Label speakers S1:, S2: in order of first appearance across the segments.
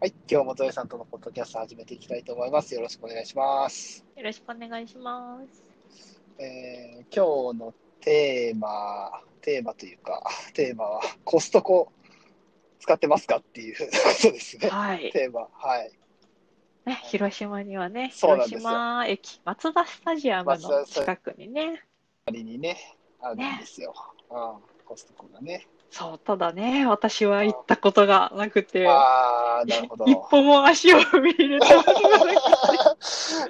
S1: はい、今日もゾエさんとのポッドキャスト始めていきたいと思います。よろしくお願いします。
S2: よろしくお願いします。
S1: えー今日のテーマ、テーマというか、テーマはコストコ使ってますかっていうことですね。
S2: はい。
S1: テーマ、はい。
S2: ね、広島にはね、
S1: そうなん
S2: 広
S1: ですよ
S2: 島駅、松田スタジアムの近くにね、
S1: 仮にね、あるんですよ。うん、コストコがね。
S2: そう、ただね、私は行ったことがなくて、
S1: ああ、なる ほど。
S2: 一歩も足を踏み入れ てほしくなく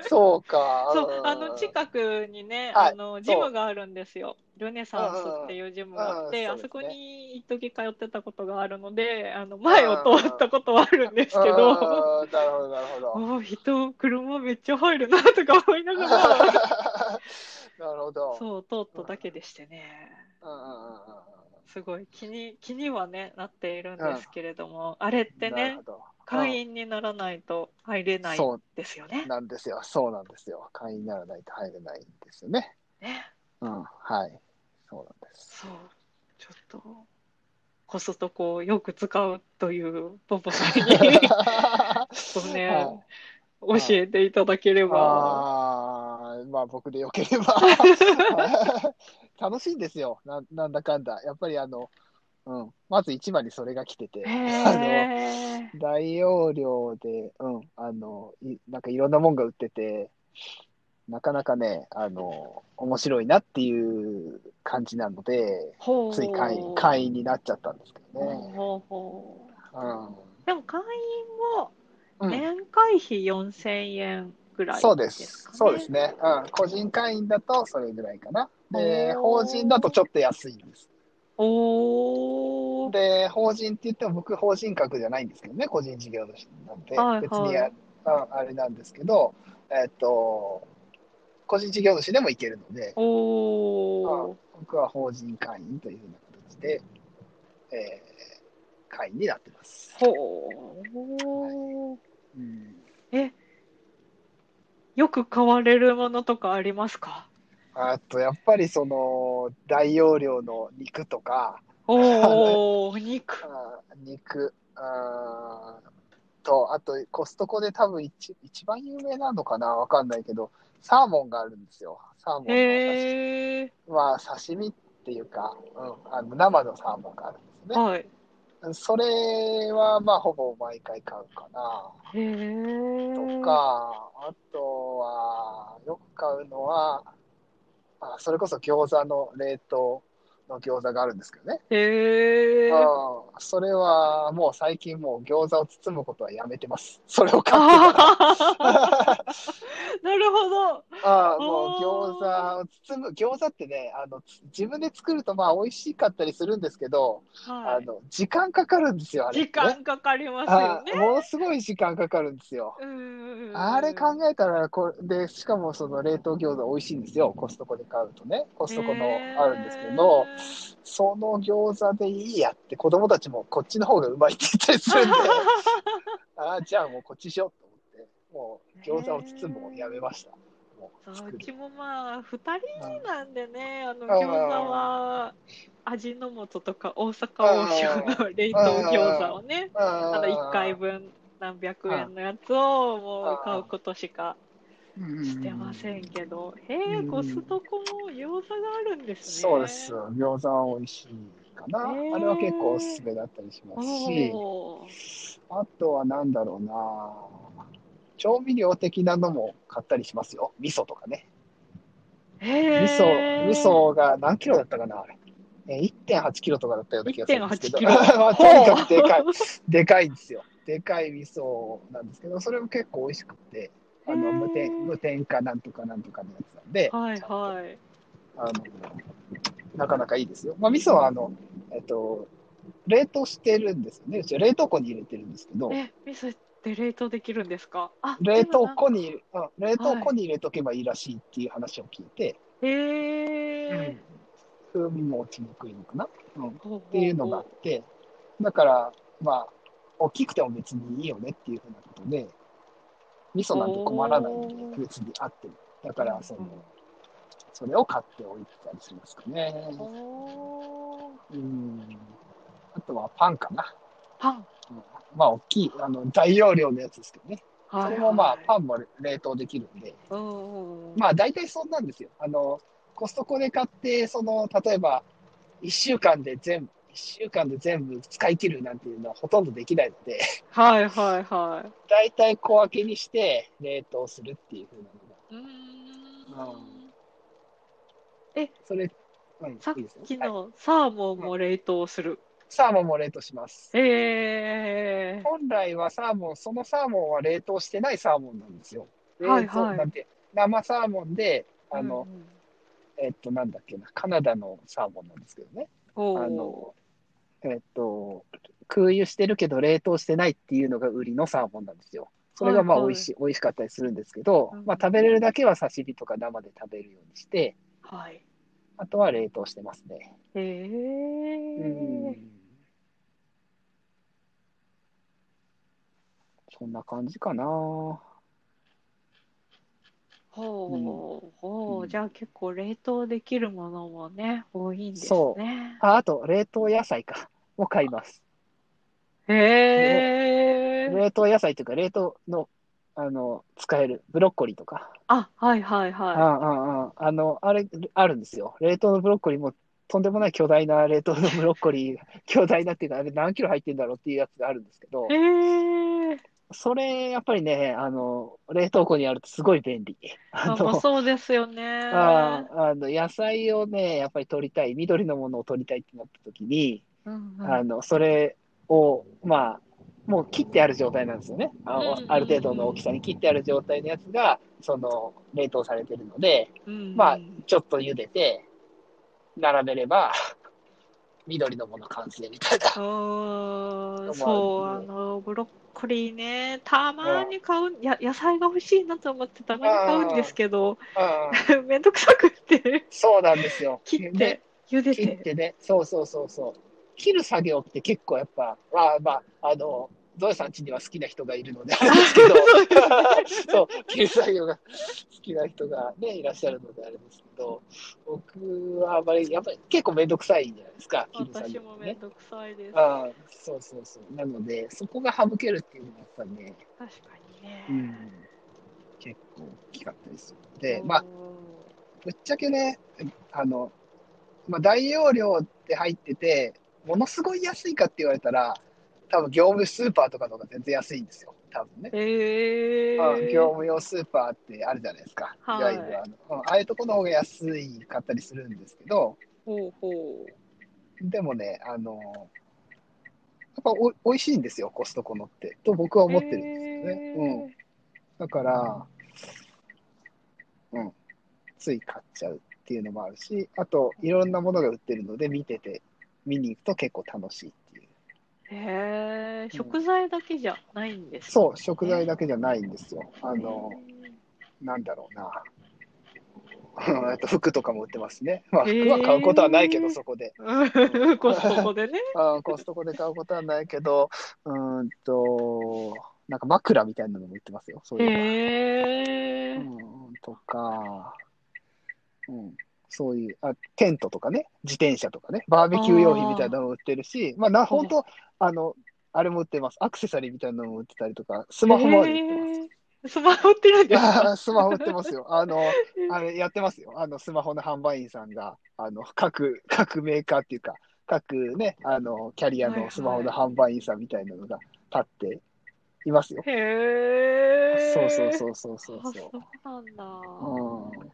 S1: そうか。
S2: そう、あの
S1: く。
S2: 近くにね、
S1: はい
S2: あのジムがあるんですよ。ルネサンスっていうジムがあって、
S1: うんうんうん
S2: あそこ
S1: そうです
S2: に一時通ってたことがあるので、あの前を通ったことはあるんですけど、
S1: あーなるほど、なるほ ど。
S2: おー人、車めっちゃ入るなとか思いながら。
S1: なるほど。
S2: そう、通っただけでしてね、
S1: うんうんうんうん
S2: すごい気に気にはねなっているんですけれども、あれっ
S1: うん
S2: て
S1: なる
S2: ね
S1: ほ、ど
S2: 会員にならないと入れないん
S1: そ
S2: ですよね
S1: う。なんですよ。そうなんですよ。会員にならないと入れないんですよね。
S2: ね
S1: うん。はい。そうなんです。
S2: そう、ちょっとコストコをよく使うというポポさん に ちょっとね、
S1: はい
S2: 教えていただければ。
S1: あーまあ僕でよければ 楽しいんですよななんだかんだやっぱりあの、うん、まず一番にそれが来てて、
S2: へ
S1: あ
S2: え
S1: の大容量で、うん、あのいなんかいろんなもんが売っててなかなかねあの面白いなっていう感じなので
S2: ほう
S1: つい会員会員になっちゃったんですけど
S2: ほう
S1: ね。
S2: ほうほう
S1: うん
S2: でも会員も
S1: うん
S2: 年会費4000円ぐらい
S1: そうで
S2: です
S1: す
S2: か。ね
S1: そうですね。うん。個人会員だとそれぐらいかな。で、
S2: おー
S1: 法人だとちょっと安いんです。
S2: おお。
S1: で、法人って言っても僕法人格じゃないんですけどね、個人事業主なんで、
S2: はいはい
S1: 別にあ,、うん、あれなんですけど、えっと、個人事業主でもいけるので、
S2: お
S1: う
S2: お
S1: ん。僕は法人会員というふうな形で、えー会員になってます。
S2: ほう。
S1: うん
S2: よく買われるものとかありますか
S1: あと、やっぱりその、大容量の肉とか、
S2: おお、お 肉。
S1: あー肉あーとあとコストコで多分一一番有名なのかなわかんないけどサーモンがあるんですよサーモンの刺
S2: へえ。
S1: 身まあ刺身っていうか、うん、あの生のサーモンがあるんですね
S2: はい。
S1: それはまあほぼ毎回買うかな
S2: へえ。
S1: と。かあとはよく買うのはあそれこそ餃子の冷凍の餃子があるんですけどね
S2: へえ。
S1: ああ、それはもう最近もう餃子を包むことはやめてます。 それを買ってから。
S2: あー なるほど。
S1: ああ、もう餃子を包む。餃子ってね、あの、つ自分で作るとまあ美味しかったりするんですけど、
S2: は
S1: あの、時間かかるんですよ、あ
S2: い。
S1: れ、ね。
S2: 時間かかります
S1: あ
S2: よ
S1: あ
S2: ね。
S1: ものすごい時間かかるんですよ。
S2: うん。
S1: あれ考えたらこれ、で、しかもその冷凍餃子美味しいんですよ。コストコで買うとね。コストコのあるんですけど、 その餃子でいいやって子供たちもこっちの方がうまいって言ったりする んで。ああ、じゃあもうこっちしようと思って、もう餃子を包むのをやめました。もう
S2: そう
S1: 作
S2: う
S1: る
S2: ちもまあ2人なんでね、あの
S1: あー
S2: 餃子は味の素とか大阪王将の冷凍餃子をね、
S1: あ
S2: あの1回分何百円のやつをもう買うことしかしてませんけど、へえ、コストコも餃子があるんですね。
S1: そうです。餃子は美味しいかな。
S2: へー
S1: あれは結構おすすめだったりしますし、
S2: おー
S1: あとはなんだろうな。調味料的なのも買ったりしますよ。味噌とかね。
S2: へ
S1: 味
S2: え
S1: 噌、味噌が何キロだったかなあれ。えー1.8キロとかだったような気がするんですけど。
S2: 1.8キ ロ
S1: まあとにかくでかい。
S2: ほう
S1: でかいんですよ。でかい味噌なんですけど、それも結構美味しくて、あ
S2: へ
S1: の
S2: ー
S1: 無添無添加なんとかなんとかのやつなんで、
S2: はいはい。
S1: あのなかなかいいですよ。まあ、味噌はあの、えっと、冷凍してるんですよね。うちは冷凍庫に入れてるんですけど、
S2: え、味噌って冷凍できるんですかあ
S1: 冷凍庫に、うん冷凍庫に入れとけばいいらしいっていう話を聞いて、
S2: へえ。
S1: 風味も落ちにくいのかな、うん、っ
S2: ほほほ
S1: ていうのがあって、だから、まあ、大きくても別にいいよねっていうふうなことで、味噌なんて困らないんで
S2: お、ー
S1: 別にあっても。だから、その、それを買っておいてたりしますかね。
S2: おー
S1: うん。あとはパンかな。
S2: パン
S1: うんまあ、大きい、あの、大容量のやつですけどね。そ
S2: はい、
S1: れもまあ、パンも冷凍できるんで、
S2: あ、うんうん、
S1: まあ、大体そんなんですよ。あの、コストコで買って、その、例えば、1週間で全部、一週間で全部使い切るなんていうのはほとんどできないので、
S2: はいはいはい。
S1: 大体小分けにして冷凍するっていうふうなのが、
S2: うーん
S1: んそれ、うん、
S2: さっ
S1: いいですよ
S2: き
S1: はい
S2: のサーモンも冷凍する。
S1: サーモンも冷凍します。
S2: ええ
S1: 本来はサーモン、そのサーモンは冷凍してないサーモンなんですよ。冷凍
S2: はいはい
S1: なんて生サーモンで、あの、
S2: うんうん
S1: えっと、なんだっけな、カナダのサーモンなんですけどね。
S2: おー
S1: あの、えっと、空輸してるけど冷凍してないっていうのが売りのサーモンなんですよ。それがまあ
S2: はい
S1: 美
S2: はい
S1: 味しい、美味しかったりするんですけど
S2: うん、
S1: まあ食べれるだけは刺身とか生で食べるようにして、
S2: はい。
S1: あとは冷凍してますね。
S2: ええ
S1: うんそんな感じかな。
S2: ほうほ
S1: う
S2: う。
S1: ん
S2: じゃあ結構冷凍できるものもね、多いんです
S1: そ
S2: ね。
S1: あ、あと冷凍野菜か。も買います。
S2: ええ
S1: 冷凍野菜というか冷凍の、あの、使えるブロッコリーとか。
S2: あ、はいはいは
S1: あああああの、あれ、あるんですよ。冷凍のブロッコリーも、とんでもない巨大な冷凍のブロッコリー、 巨大なっていうか、あれ何キロ入ってんだろうっていうやつがあるんですけど
S2: い。、ええ
S1: それ、やっぱりね、あの、冷凍庫にあるとすごい便利。あ
S2: あ、まあ
S1: の、
S2: そうですよね。
S1: ああの野菜をね、やっぱり取りたい、緑のものを取りたいってなった時に、
S2: うんうん
S1: あの、それを、まあ、もう切ってある状態なんですよね。あ
S2: うんうんうん
S1: ある程度の大きさに切ってある状態のやつが、その、冷凍されてるので、
S2: うん
S1: まあちょっと茹でて、並べれば、 緑のもの完成みたいな。
S2: うーん、そう、
S1: まあ
S2: あの、ブロッコリーね、たまに買う、や、野菜が欲しいなと思ってたまに買うんですけど、 めんどくさくって、
S1: そうなんです よ。
S2: 切っ
S1: ね
S2: て、茹で。
S1: 切っててね。そうそうそうそう。切る作業って結構やっぱ、まあまあ、あの、ゾエさん家には好きな人がいるので、あれですけど、 そう、切る作業が好きな人がね、いらっしゃるのであれですけど、僕はあまり、やっぱり結構めんどくさいじゃないですか、切る作
S2: 私
S1: 業
S2: も
S1: って
S2: めんどくさいです。
S1: ああ、そうそうそう。なので、そこが省けるっていうのはやっぱりね、
S2: 確かにね。
S1: うん結構大きかったですよ。で、まあ、
S2: う
S1: ぶっちゃけね、あの、まあ、大容量って入ってて、ものすごい安いかって言われたら、多分業務スーパーとかの方が全然安いんですよ、多分ね。
S2: んええ
S1: うん業務用スーパーってあるじゃないですか。
S2: はい
S1: わゆるあの、うんああいうとこの方が安いかったりするんですけど、
S2: ほうほう。
S1: でもね、あの、やっぱお美味しいんですよ、コストコのって、と僕は思ってるんですよね。うん。
S2: ええ
S1: だから、うん、つい買っちゃうっていうのもあるし、あと、いろんなものが売ってるので、見てて、見に行くと結構楽しいっていう。
S2: へえ食材だけじゃないんです
S1: そう、食材だけじゃないんですよ。あの、
S2: ね
S1: なんだろうな。 うんえっと服とかも売ってますね。まあ、服は買うことはないけ
S2: へ
S1: ど、
S2: ー
S1: そこで。
S2: うんコストコでね。
S1: あーコストコで買うことはないけど、うーんと、なんか枕みたいなのも売ってますよ。そういう。
S2: へえ
S1: うんとか、うん、そういうあ、テントとかね、自転車とかね、バーベキュー用品みたいなのも売ってるし、まあな、本当、あの、あれも売ってます。アクセサリーみたいなのも売ってたりとか、スマホも売って ます。
S2: ます。スマホってなん
S1: い
S2: ですか
S1: やースマホ売ってますよ。あの、あれやってますよ。あの、スマホの販売員さんが、あの、各、各メーカーっていうか、各ね、あの、キャリアのスマホの販売員さんみたいなのが立っていますよ。
S2: へえ。
S1: そうそう
S2: う。
S1: そうそうそう
S2: あ、
S1: そう。
S2: そうなんだ。
S1: うん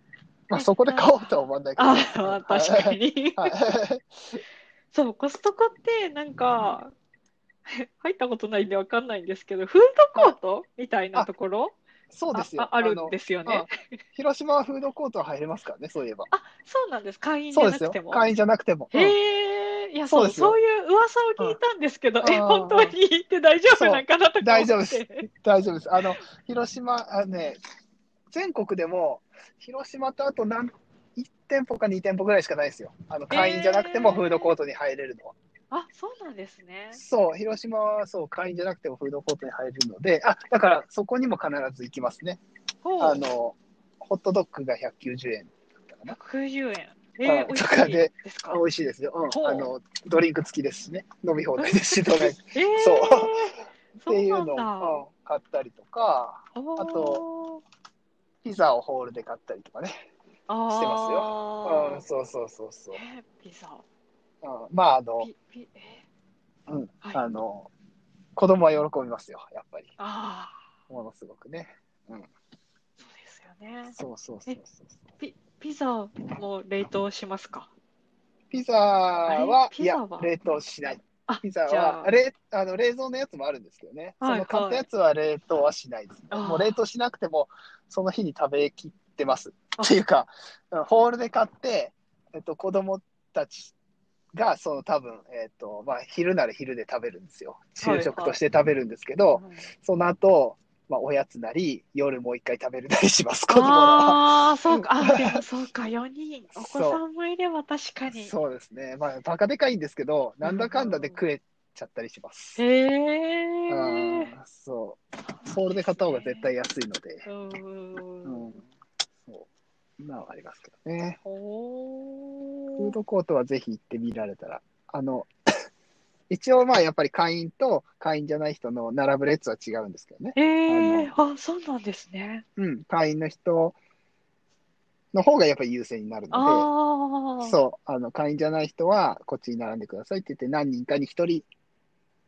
S1: まあ、そこで買おうとは思わないけど。
S2: あ、まあ確かに。
S1: はい。はい
S2: そう、コストコってなんか、入ったことないんでわかんないんですけど、フードコートみたいなところ
S1: そうですよ。
S2: あああるん
S1: の
S2: ですよね。
S1: うん広島はフードコートは入れますからね、そういえば。
S2: あ、そうなんです。会員じ
S1: そう
S2: ゃ
S1: です
S2: なく
S1: よ
S2: て。も。
S1: 会員じゃなくても。うん
S2: へえ、いや、
S1: そ
S2: そうう、
S1: ですよ
S2: そういう噂を聞いたんですけど、
S1: うん
S2: え、
S1: うん
S2: 本当に行って大丈夫なんかなとか思って。
S1: 大丈夫です大丈夫です。あの、広島、あね、全国でも、広島とあと何、1店舗か2店舗ぐらいしかないですよ。あの、会員じゃなくてもフードコートに入れるのは。
S2: あ、そうなんですね。
S1: そう、広島はそう、会員じゃなくてもフードコートに入れるので、あ、だからそこにも必ず行きますね。
S2: ほう、
S1: あの、ホットドッグが190円だったかな。
S2: 190円。え
S1: はい
S2: ー、美味
S1: とか
S2: しい
S1: で
S2: です
S1: あ
S2: か
S1: 美味しいですよ、
S2: ほ
S1: う、
S2: うん
S1: あのドリンク付きですしね飲み放題ですしドリンク
S2: えー、
S1: そうっていうの
S2: そうなんだ
S1: をうん買ったりとか、
S2: あー
S1: あと、ピザをホールで買ったりとかね。
S2: あ
S1: してます
S2: よ
S1: うん、そうそうそうそう。
S2: えーピザ。
S1: うん、まあ、あの、
S2: ピピえ
S1: うん、
S2: はい
S1: あの、子供は喜びますよ、やっぱり。
S2: ああ、
S1: ものすごくね。
S2: そうですよね。
S1: そうそうそうそう。
S2: ピピザも冷凍しますか。
S1: ピザは
S2: あ、れ
S1: いや
S2: ピザは、
S1: 冷凍しない。
S2: あ
S1: ピザ
S2: じゃ
S1: は、
S2: あ
S1: 冷あの冷蔵のやつもあるんですけどね。
S2: はい
S1: その買ったやつは冷凍はしないです、ね
S2: あー
S1: もう冷凍しなくても、その日に食べきってます。っていうか、うんホールで買って、えっと、子供たちが、その多分、えっと、まあ、昼なら昼で食べるんですよ。昼食として食べるんですけど、
S2: うん
S1: その後、まあ、おやつなり、夜もう一回食べるなりします、子供らは。
S2: ああ、そうか、あでもそうか、4人、お子さんもいれば確かに。
S1: そうですね。まあ、バカでかいんですけど、なんだかんだで食えちゃったりします。
S2: へえ。
S1: あーそう。ホールで買った方が絶対安いので。
S2: うんうん
S1: う
S2: うん。
S1: ん。そう。まあ、ありますけどね。フ
S2: お
S1: ー
S2: ー
S1: ドコートはぜひ行ってみられたら。あの、 一応まあ、やっぱり会員と会員じゃない人の並ぶ列は違うんですけどね。
S2: へえ、あ、そうなんですね。
S1: うん。会員の人の方がやっぱり優先になるの
S2: ああ、
S1: で、そう。あの、会員じゃない人はこっちに並んでくださいって言って、何人かに一人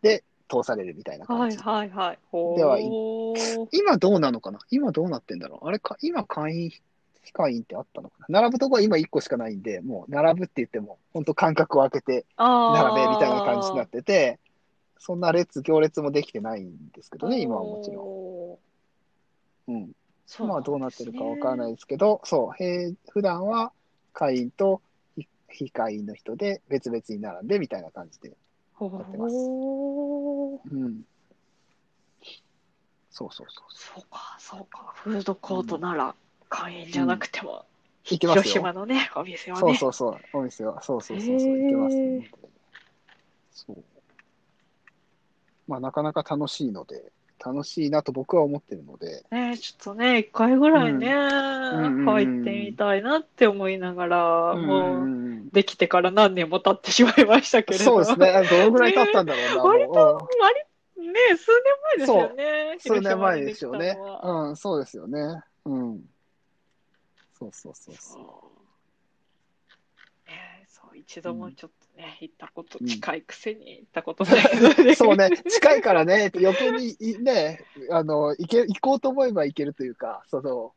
S1: で通されるみたいな感
S2: はい
S1: じ。
S2: はいはい。
S1: では
S2: おー
S1: 今どうなのかな今どうなってんだろうあれか、今会員、非会員ってあったのかな並ぶとこは今1個しかないんで、もう並ぶって言っても、本当間隔を空けて
S2: あ
S1: 並べみたいな感じになってて、そんな列、行列もできてないんですけどね、今はもちろ
S2: ろ
S1: ん。うん。
S2: ん
S1: 今はどうなってるかわからない
S2: い。
S1: ですけど、そう、へい普段は会員と非非会員の人で別々に並んでみたいな感じで。
S2: ほ
S1: なってます
S2: ー
S1: うん。そうそうそうそ
S2: そうか、そうか。フードコートなら会員じゃなくても、
S1: う。いけますよ。
S2: 広島のね、お店は
S1: そう
S2: ね。
S1: そうそう、お店は、そうそうそうそう、
S2: へー
S1: 行けますので。そう。まあ、なかなか楽しいので、楽しいなと僕は思ってるので、
S2: ね、ちょっとね、一回ぐらいね、
S1: んうん
S2: 入ってみたいなって思いながら、もう、
S1: ん
S2: できてから何年も経ってしまいましたけれど。
S1: そうです。ね、どのぐらい経ったんだろうな、
S2: 割
S1: もう
S2: と、割、ね、数年前ですよね。
S1: うん、数年前
S2: 広島に
S1: で
S2: き
S1: したょ
S2: の
S1: う
S2: は
S1: ね。うん、そうですよね。うん。そうそうそうそう。
S2: そうねそう一度もちょっとね、行ったこと
S1: うん
S2: 近いくせに行ったことないので、
S1: そう ね、近いからね、余計にいね、あの、行け、行こうと思えば行けるというか、その、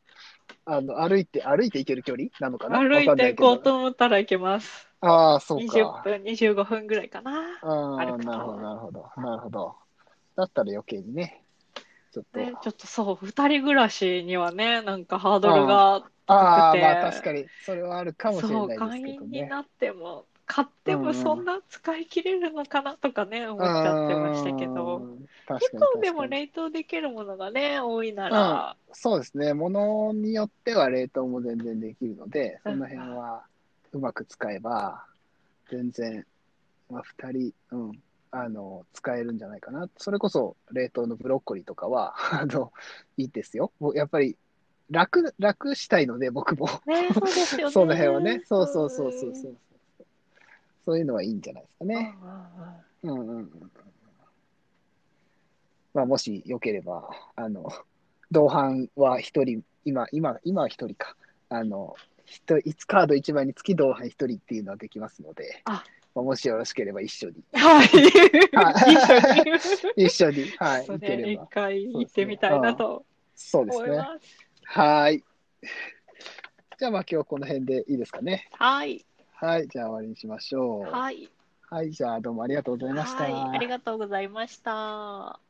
S1: あの、歩いて、歩いて行ける距離なのかな
S2: 歩
S1: わか
S2: い
S1: んな
S2: て
S1: いけ
S2: 行
S1: ど
S2: こうと思ったら行けます。
S1: ああ、そう
S2: 20
S1: か。
S2: 分、25分ぐらいかな。
S1: ああ、
S2: 歩くと
S1: なるほど、なるほど、なるほど。だったら余計にね、ちょっと。
S2: ね、ちょっとそう、二人暮らしにはね、なんかハードルが、
S1: ああ、
S2: 高くて
S1: まあ確かに、それはあるかもしれ
S2: そう、
S1: ない
S2: 会
S1: ですけど
S2: 員に
S1: ね。
S2: なっても、買ってもそんな使い切れるのかなとかね、思っちゃってましたけ
S1: う
S2: ど、
S1: ん。確
S2: 結
S1: かに
S2: 構でも
S1: 確かに
S2: 冷凍できるものがね、多いなら、
S1: そうですね、ものによっては冷凍も全然できるので、その辺はうまく使えば、全然、まあ、2人、うん、あの、使えるんじゃないかな。それこそ冷凍のブロッコリーとかは、 あの、いいですよ。もうやっぱり楽、楽したいので、僕も。
S2: ね、そうですよね。
S1: その辺はね。そうそうそうそうそう。そういうのはいいんじゃないですか
S2: うんうん
S1: ね。
S2: うん
S1: うんうんうん。まあ、もしよければ、あの、同伴は一人、今、今、今は一人か。あの、ひと一カード一枚につき同伴一人っていうのはできますので、
S2: あ
S1: まあ、もしよろしければ一緒に、
S2: はい。
S1: はい
S2: 一緒 に。
S1: 一緒に、はい、
S2: そう
S1: 行
S2: ね
S1: ければ
S2: 一。回行ってみたいなと
S1: そうです
S2: 思い
S1: ね。
S2: ます。
S1: はい。じゃあまあ今日この辺でいいですかね。
S2: はい。
S1: はい、じゃあ終わりにしましょう。
S2: はい。
S1: はい、じゃあどうもありがとうございました。
S2: はい。ありがとうございました。